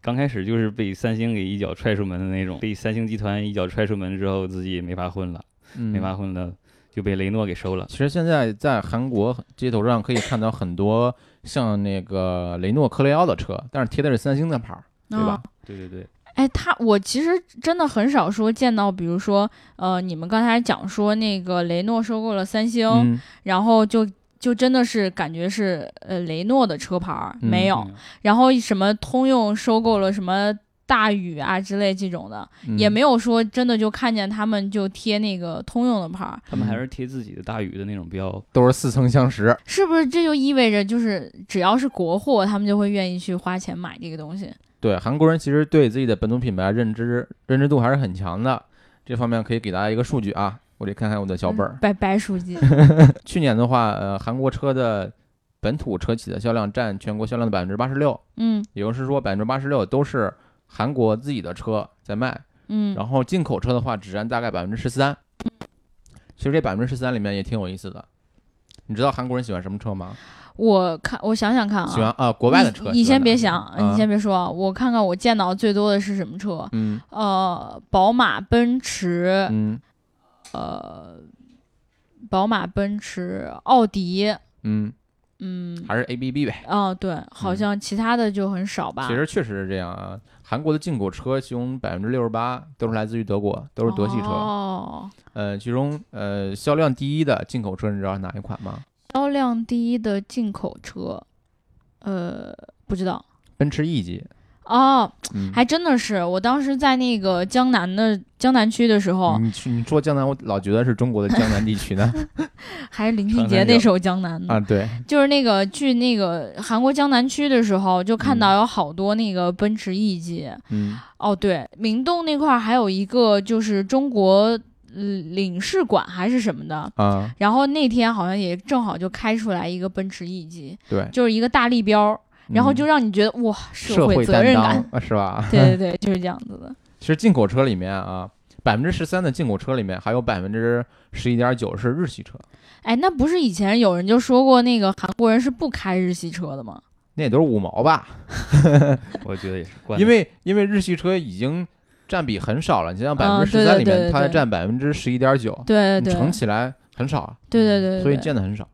S4: 刚开始就是被三星给一脚踹出门的那种，被三星集团一脚踹出门之后，自己也没法混了，
S3: 嗯
S4: 没法混了。就被雷诺给收了，
S3: 其实现在在韩国街头上可以看到很多像那个雷诺科雷傲的车，但是贴的是三星的牌儿，对吧？
S4: 对对对，
S2: 哎，嗯他我其实真的很少说见到，比如说，呃，你们刚才讲说那个雷诺收购了三星，
S3: 嗯，
S2: 然后就就真的是感觉是呃雷诺的车牌儿
S3: 嗯
S2: 没有，
S4: 嗯
S2: 然后什么通用收购了什么大宇啊之类这种的，
S3: 嗯
S2: 也没有说真的就看见他们就贴那个通用的牌儿，
S4: 他们还是贴自己的大宇的那种标，
S3: 都是似曾相识。
S2: 是不是这就意味着就是只要是国货，他们就会愿意去花钱买这个东西？
S3: 对，韩国人其实对自己的本土品牌认知认知度还是很强的，这方面可以给大家一个数据啊，我得看看我的小本儿。
S2: 拜拜嗯书
S3: [LAUGHS]
S2: 记，嗯
S3: 去年的话，呃，韩国车的本土车企的销量占全国销量的百分之八十六，
S2: 嗯
S3: 也就是说百分之八十六都是韩国自己的车在卖。
S2: 嗯，
S3: 然后进口车的话，只占大概百分之十三。其实这百分之十三里面也挺有意思的。你知道韩国人喜欢什么车吗？
S2: 我看我想想看啊，
S3: 喜欢啊，国外的车。
S2: 你你
S3: 喜欢
S2: 先
S3: 哪
S2: 别
S3: 个
S2: 想，
S3: 啊
S2: 你先别说啊，我看看我见到最多的是什么车？
S3: 嗯
S2: 呃，宝马、奔驰，
S3: 嗯
S2: 呃，宝马、奔驰、奥迪，
S3: 嗯，
S2: 嗯，
S3: 还是 A B B 呗。
S2: 哦，对，好
S3: 嗯
S2: 像其他的就很少吧。
S3: 其实确实是这样啊，韩国的进口车其中百分之六十八都是来自于德国，都是德系车。
S2: 哦，
S3: 呃，其中呃销量第一的进口车，你知道是哪一款吗？
S2: 销量第一的进口车，呃，不知道。
S3: 奔驰 E 级。
S2: 哦，
S3: 嗯，
S2: 还真的是，我当时在那个江南的江南区的时候，
S3: 你去你说江南，我老觉得是中国的江南地区
S2: [LAUGHS]
S3: 呢。
S2: 嗯还是林
S4: 长
S2: 俊
S4: 三
S2: 杰
S4: 角
S2: 那首《江南》呢。
S3: 啊，对，
S2: 就是那个去那个韩国江南区的时候，就看
S3: 嗯
S2: 到有好多那个奔驰 E 级。
S3: 嗯
S2: 哦，对，明洞那块儿还有一个就是中国呃领事馆还是什么的。
S3: 啊，
S2: 然后那天好像也正好就开出来一个奔驰 E 级，
S3: 对。
S2: 就是一个大立标，然后
S3: 嗯
S2: 就让你觉得哇，
S3: 社
S2: 会责
S3: 担
S2: 任
S3: 当
S2: 感。 [LAUGHS]
S3: 啊，是吧？ [LAUGHS]
S2: 对对对，就是这样子的。
S3: 其实进口车里面啊，百分之十三的进口车里面还有百分之十一点九是日系车，
S2: 哎，那不是以前有人就说过那个韩国人是不开日系车的吗？
S3: 那也都是五毛吧，
S4: 我觉得也是惯的，
S3: 因为因为日系车已经占比很少了，你像百
S2: 啊
S3: 分之
S2: 对
S3: 十三
S2: 对
S3: 里
S2: 对
S3: 面，
S2: 对
S3: 它
S2: 对
S3: 还占百分之十一点九，
S2: 对
S3: 你
S2: 对
S3: 乘起来很少啊，
S2: 对对对，
S3: 嗯所以
S2: 对
S3: 见的很少。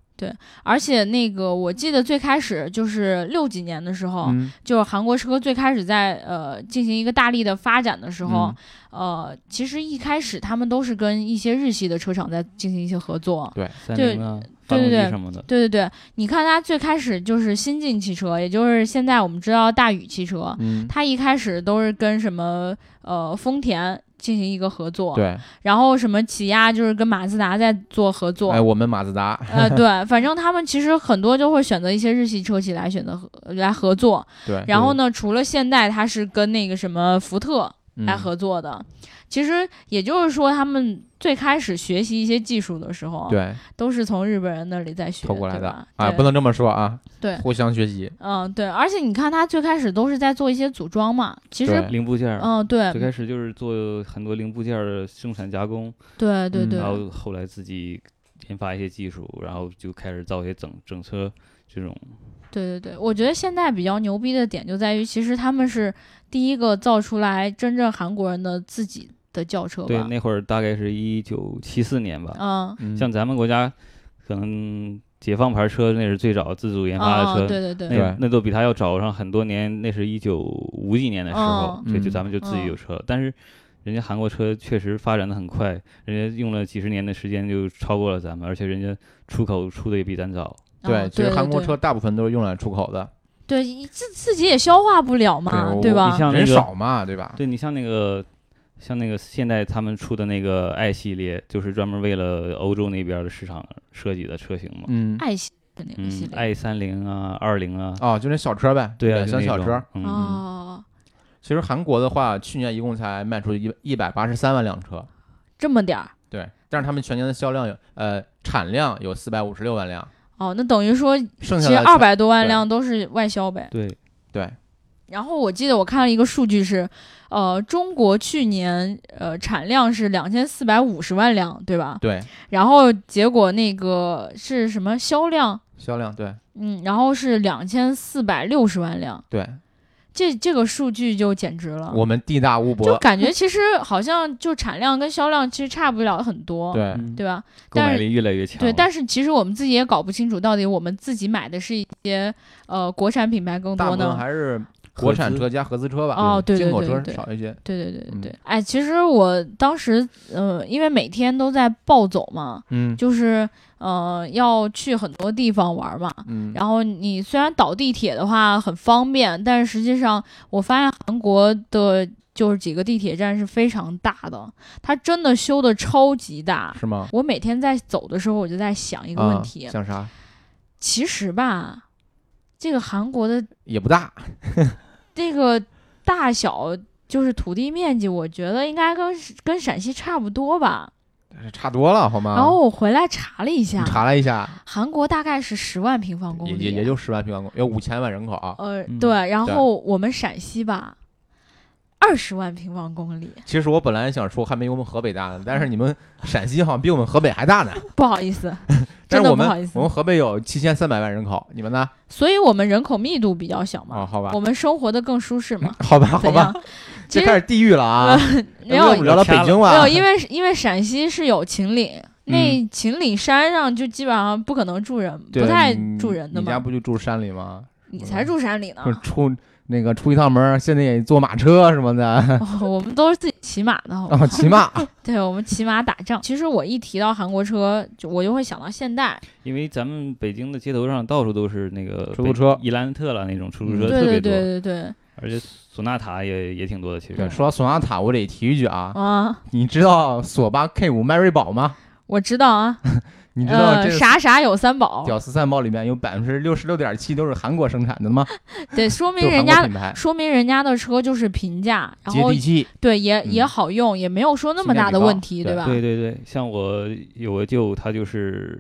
S2: 而且那个我记得最开始就是六几年的时候，
S3: 嗯，
S2: 就是韩国车最开始在呃进行一个大力的发展的时候，
S3: 嗯
S2: 呃，其实一开始他们都是跟一些日系的车厂在进行一些合作。
S3: 对，
S4: 三
S2: 对
S4: 菱啊、发
S2: 对对
S4: 动机
S2: 对
S4: 什么的，
S2: 对对对，你看它最开始就是新进汽车，也就是现在我们知道大宇汽车，
S3: 嗯，
S2: 它一开始都是跟什么呃丰田进行一个合作，
S3: 对，
S2: 然后什么起亚就是跟马自达在做合作，
S3: 哎，我们马自达， [LAUGHS]
S2: 呃，对，反正他们其实很多就会选择一些日系车企来选择合来合作。[LAUGHS]
S3: 对，
S2: 然后呢，除了现代，它是跟那个什么福特
S3: 嗯
S2: 来合作的。其实也就是说，他们最开始学习一些技术的时候，
S3: 嗯对
S2: 都是从日本人那里在学
S3: 偷过来
S2: 对
S3: 的
S2: 吧，
S3: 哎，
S2: 对
S3: 不能这么说啊，
S2: 对
S3: 互相学习，
S2: 嗯，对，而且你看，他最开始都是在做一些组装嘛，其实
S3: 对
S4: 零部件儿。
S2: 嗯，对，
S4: 最开始就是做很多零部件儿的生产加工，
S2: 对对
S3: 嗯
S2: 对
S4: 然，后后来自己研发一些技术，然后就开始造一些整整车这种。
S2: 对对对，我觉得现在比较牛逼的点就在于，其实他们是第一个造出来真正韩国人的自己的轿车
S4: 对，
S2: 吧。
S4: 那会儿大概是一九七四年吧，
S2: 嗯，
S3: 嗯
S4: 像咱们国家可能解放牌车那是最早自主研发的
S2: 啊，
S4: 车，
S2: 对对对，
S3: 对
S4: 那那都比他要早上很多年，那是一九五几年的时候
S2: 嗯，
S4: 对，就
S3: 嗯
S4: 咱们就自己
S2: 嗯
S4: 有车，但是人家韩国车确实发展的很快，人家用了几十年的时间就超过了咱们，而且人家出口出的也比咱早。
S2: 对，
S3: 对，其实韩国
S2: 嗯哦对
S3: 车，大部分都是用来出口的，
S2: 对一自自己也消化不了嘛，
S3: 对
S2: 啊对吧
S4: 你？像那
S3: 人
S4: 个，
S3: 少嘛，对吧？
S4: 对你像那个。像那个现在他们出的那个 i 系列，就是专门为了欧洲那边的市场设计的车型嘛。
S3: 嗯，
S2: 爱系的那个系
S4: 嗯
S2: 列，
S4: ，i 三零啊，二零啊，
S3: 哦，就那小车呗，
S4: 对啊，就
S3: 小
S4: 那
S3: 小
S4: 种
S3: 车。，
S4: 嗯，
S2: 哦，
S3: 其实韩国的话，去年一共才卖出一一百八十三万辆车，
S2: 这么点儿，
S3: 对，但是他们全年的销量有呃产量有四百五十六万辆，
S2: 哦，那等于说
S3: 剩
S2: 其
S3: 下
S2: 实
S3: 的
S2: 二百多万
S3: 对
S2: 辆都是外销呗。
S4: 对，
S3: 对，
S2: 然后我记得我看了一个数据是，呃，中国去年呃产量是两千四百五十万辆，对吧？
S3: 对
S2: 然后结果那个是什么销量？
S3: 销量对
S2: 嗯，然后是两千四百六十万辆，
S3: 对，
S2: 这这个数据就简直了，
S3: 我们地大物
S2: 啊就
S3: 博，
S2: 感觉其实好像就产量跟销量其实差不了很多，
S3: 对啊
S2: 对吧？
S4: 嗯购
S2: 但
S4: 买
S2: 是
S4: 力越来越强了。
S2: 对，但是其实我们自己也搞不清楚，到底我们自己买的是一些呃国产品牌更
S3: 大
S2: 多
S3: 部分
S2: 呢？
S3: 还是
S4: 合
S3: 国产
S4: 资
S3: 车加合资车吧，
S2: 哦对对
S3: 进口
S2: 对
S3: 车
S2: 对
S3: 少一些，
S2: 对对对对对
S3: 嗯，
S2: 哎，其实我当时呃，因为每天都在暴走嘛，
S3: 嗯
S2: 就是呃要去很多地方玩嘛，
S3: 嗯，
S2: 然后你虽然倒地铁的话很方便，但是实际上我发现韩国的就是几个地铁站是非常大的，它真的修的超级大。
S3: 是吗？
S2: 我每天在走的时候，我就在想一
S3: 一
S2: 个问题，
S3: 像啥
S2: 其实吧，这个韩国的
S3: 也不大，
S2: 这个大小。就是土地面积，我觉得应该跟跟陕西差不多吧。
S3: 差多了好吗？
S2: 然后我回来查了一下
S3: 啊你，查了一下，
S2: 韩国大概是十万平方公
S3: 也
S2: 里，
S3: 也也就十万平方公里，有五千万人口啊。
S2: 呃，
S4: 嗯
S2: 对，然
S3: 对
S2: 后我们陕西吧，二十万平方公里，
S3: 其实我本来想说还没我们河北大呢，但是你们
S2: 嗯
S3: 陕西好像比我们河北还大
S2: [LAUGHS]
S3: 呢。
S2: 不好意
S3: [LAUGHS]
S2: 思，
S3: 但
S2: 真
S3: 是
S2: 的
S3: 我
S2: 不好意
S3: 们
S2: 思
S3: 我们河北有七千三百万人口，你们呢？
S2: 所以我们人口密度比较小嘛，
S3: 哦，好吧，
S2: 我，们生活的更舒适嘛
S3: 好吧， [LAUGHS] 好
S2: 怎
S3: 吧
S2: 样，？
S3: 这
S2: 其
S3: 开
S2: 实
S3: 始地域了啊！
S2: [LAUGHS] 没
S3: 要
S2: 有
S3: 不
S2: 没
S3: 聊到北京
S2: 有，
S3: 了，啊
S2: 因为因为陕西是有秦岭，那秦岭山上就基本上不可能住人，
S3: 嗯对
S2: 不太
S3: 你
S2: 住人的
S3: 你家
S2: 嘛，啊
S3: 不就住山里吗？
S2: 你才住山里呢
S3: 就，出那个出一趟门儿，现在也坐马车什
S2: [LAUGHS]
S3: 么的，
S2: 哦我们都是自己骑马的，好不
S3: 然
S2: 好
S3: 后骑
S2: [LAUGHS]
S3: 马。
S2: 对，我们骑马打仗。其实我一提到韩国车，就我就会想到现代，
S4: 因为咱们北京的街头上到处都是那个
S3: 出租
S4: 北
S3: 车
S4: 伊兰特了那种出租
S3: 嗯
S4: 车
S2: 对
S4: 特
S2: 对
S4: 别多，
S2: 对对对，
S4: 而且索纳塔也也挺多的。其
S3: 对，
S4: 实
S3: 说到索纳塔，我得提一句啊，
S2: 啊。
S3: 你知道索八 K 五迈锐宝吗？
S2: 我知道啊，
S3: 你知道
S2: 呃，
S3: 这
S2: 啥啥有三宝，
S3: 屌丝三包里面有百分之六十六点七都是韩国生产的吗？
S2: 对，说
S3: 都
S2: 明
S3: 是韩
S2: 人
S3: 国
S2: 家
S3: 品牌，
S2: 说明人家的车就是平价，然
S3: 接
S2: 后
S3: 地气。
S2: 对也
S3: 嗯
S2: 也好用，也没有说那么大的问题，
S3: 性价比
S2: 吧？
S4: 对对对，像我有个舅，他就是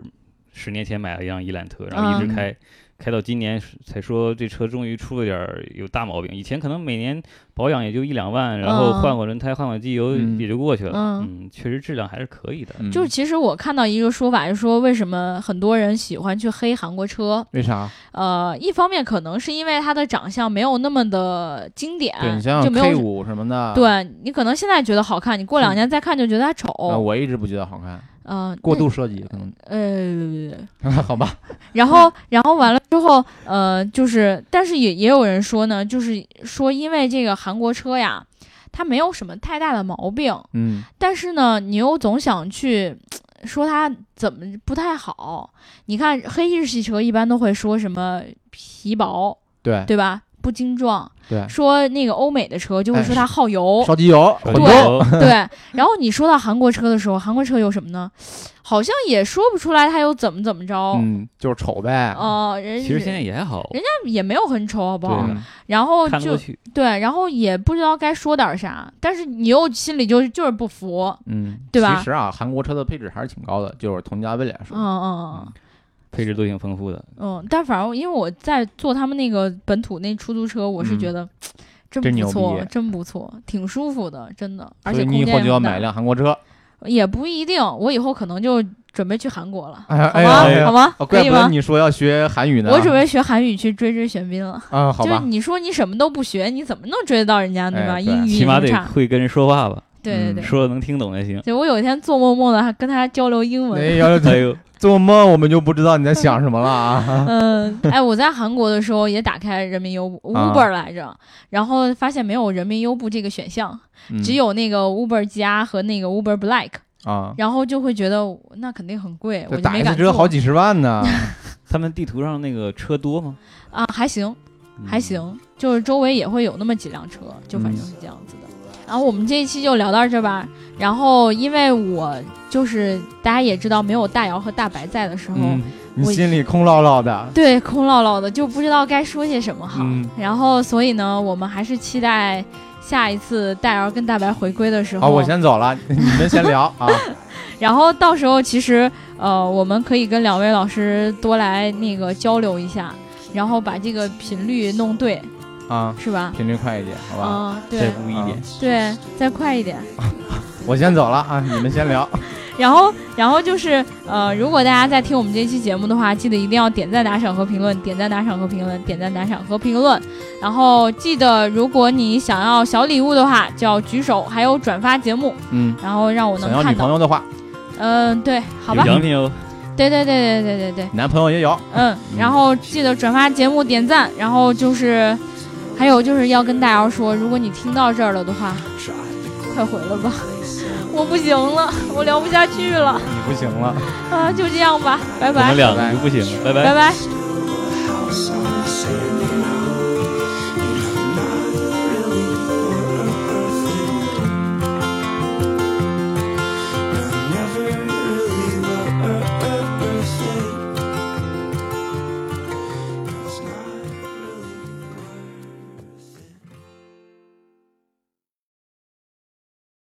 S4: 十年前买了一辆伊兰特，然后一
S2: 嗯
S4: 直开，开到今年是才说这车终于出了点儿有大毛病，以前可能每年保养也就一两万，然后
S2: 嗯
S4: 换换轮胎、换换机油
S3: 嗯
S4: 也就过去了。
S2: 嗯
S4: 嗯，确实质量还是可以的。
S3: 嗯
S2: 就是其实我看到一个说法，是说为什么很多人喜欢去黑韩国车？
S3: 为啥？
S2: 呃，一方面可能是因为它的长相没有那么的经典
S3: 对你像，
S2: 就没
S3: K
S2: 有。
S3: 五啊什么的，
S2: 对你可能现在觉得好看，你过两年再看就觉得它丑。
S3: 啊，我一直不觉得好看，
S2: 嗯、
S3: 过度设计可能
S2: 那。呃，
S3: [LAUGHS] 好吧，
S2: 然后，然后完了之后，呃，就是，但是也也有人说呢，就是说因为这个韩国车呀，它没有什么太大的毛病，
S3: 嗯，
S2: 但是呢，你又总想去说它怎么不太好。你看黑日系车一般都会说什么皮薄，
S3: 对
S2: 对吧？不精壮，
S3: 对，
S4: 哎
S2: 说那个欧美的车就会
S3: 哎
S2: 说它耗
S4: [LAUGHS]
S2: 油，
S3: 烧机油
S4: 对
S3: 混
S2: 哦
S3: 动，
S2: 对。然后你说到韩国车的时候，韩国车有什么呢？好像也说不出来它又怎么怎么着。
S3: 嗯，就是丑呗，
S2: 哦，人
S4: 其实现在也还好，
S2: 人也没有很丑，好不好
S4: 对？
S3: 嗯
S2: 然后
S4: 看得
S2: 就
S4: 过去。
S2: 对，然后也不知道该说点啥，但是你又心里就就是不服，
S3: 嗯，
S2: 对吧
S3: 其实啊，韩国车的配置还是挺高的，就是同价位来
S2: 嗯
S3: 说，
S2: 嗯嗯
S4: 配置都挺丰富的，
S2: 嗯，但反正因为我在坐他们那个本土那出租车，我是觉得、真
S3: 嗯真
S2: 不
S3: 牛
S2: 错，
S3: 逼
S2: 真不错，挺舒服的，真的，而
S3: 所
S2: 且
S3: 以
S2: 空
S3: 你以
S2: 间
S3: 后就
S2: 也
S3: 要
S2: 很大
S3: 买一辆韩国车。
S2: 也不一定，我以后可能就准备去韩国了，
S3: [LAUGHS] 哎
S2: [LAUGHS]
S3: 呀
S2: 好
S3: 哎呀
S2: 吗？
S3: 哎呀
S2: 好吗？
S3: 哦，
S2: 可
S3: 怪
S2: 以
S3: 不得
S2: 吗？
S3: 你说要学韩语呢。
S2: 我准备学韩语去追追玄彬了。
S3: 啊，好
S2: 就是
S3: 吧，
S2: 你说你什么都不学，你怎么能追得到人家对
S3: 哎
S2: 吧？
S3: 对
S2: 英语
S4: 起
S2: 也
S4: 码
S2: 不
S4: 得
S2: 差，
S4: 会跟人说话吧，
S2: 对对
S3: 嗯
S2: 对。
S4: 说的能听懂才
S2: [LAUGHS]
S4: 行。
S2: 对，我有一天做梦梦到还跟他交流英文。
S3: 那
S2: [LAUGHS]
S3: 要
S4: 哎
S3: 是
S4: 呦，
S3: 做梦，我们就不知道你在想什么了啊。
S2: 嗯，哎，我在韩国的时候也打开人民优步
S3: 啊
S2: Uber 来着，然后发现没有人民优步这个选项，
S3: 嗯
S2: 只有那个 Uber 加和那个 Uber Black，
S3: 啊，
S2: 然后就会觉得那肯定很贵，我
S3: 这
S2: 就
S3: 打
S2: 没
S3: 一次
S2: 敢
S3: 车
S2: 坐。
S3: 好几十
S2: [LAUGHS]
S3: 万呢。
S4: 他们地图上那个车多吗？
S2: 啊，还行
S4: 嗯
S2: 还。行，就是周围也会有那么几辆车，就
S3: 嗯
S2: 反正是这样子的。然后我们这一期就聊到这儿吧。然后因为我就是大家也知道，没有大姚和大白在的时候，
S3: 嗯，你
S2: 我
S3: 心里空落落的。
S2: 对，空落落的，就不知道该说些什么好。
S3: 嗯
S2: 然后，所以呢，我们还是期待下一次戴瑶跟大白回归的时候。
S3: 好，我先走了，你们先聊 [LAUGHS] 啊。
S2: 然后到时候其实，呃，我们可以跟两位老师多来那个交流一下，然后把这个频率弄对，
S3: 啊，
S2: 是吧？
S3: 频率快一点，好吧？
S2: 嗯，
S4: 再
S2: 对
S4: 污一点，
S2: 对，再快一点。
S3: 我先走了啊，你们先聊。
S2: 嗯然后，然后就是，呃，如果大家在听我们这期节目的话，记得一定要点赞、打赏和评论，点赞、打赏和评论，点赞、打赏和评论。然后记得，如果你想要小礼物的话，就要举手，还有转发节目，
S3: 嗯，
S2: 然后让 [LAUGHS] 我
S3: 想
S2: 能
S3: 要女
S2: 看
S3: 朋
S2: 到。
S3: 友的话，
S2: 嗯、对，好吧
S4: 有，奖品哦。
S2: 对对对对对对对，
S3: 男朋友也有。
S2: 嗯，然后记得转发节目、点赞，然后就是，还有就是要跟大姚说，如果你听到这儿了的话，快回了吧，我不行了，我聊不下去了，
S3: 你不行了。
S2: 啊，就这样吧，拜
S4: 我
S2: 拜
S4: 们。两个就不行了，拜拜
S2: 拜拜。
S1: Bye.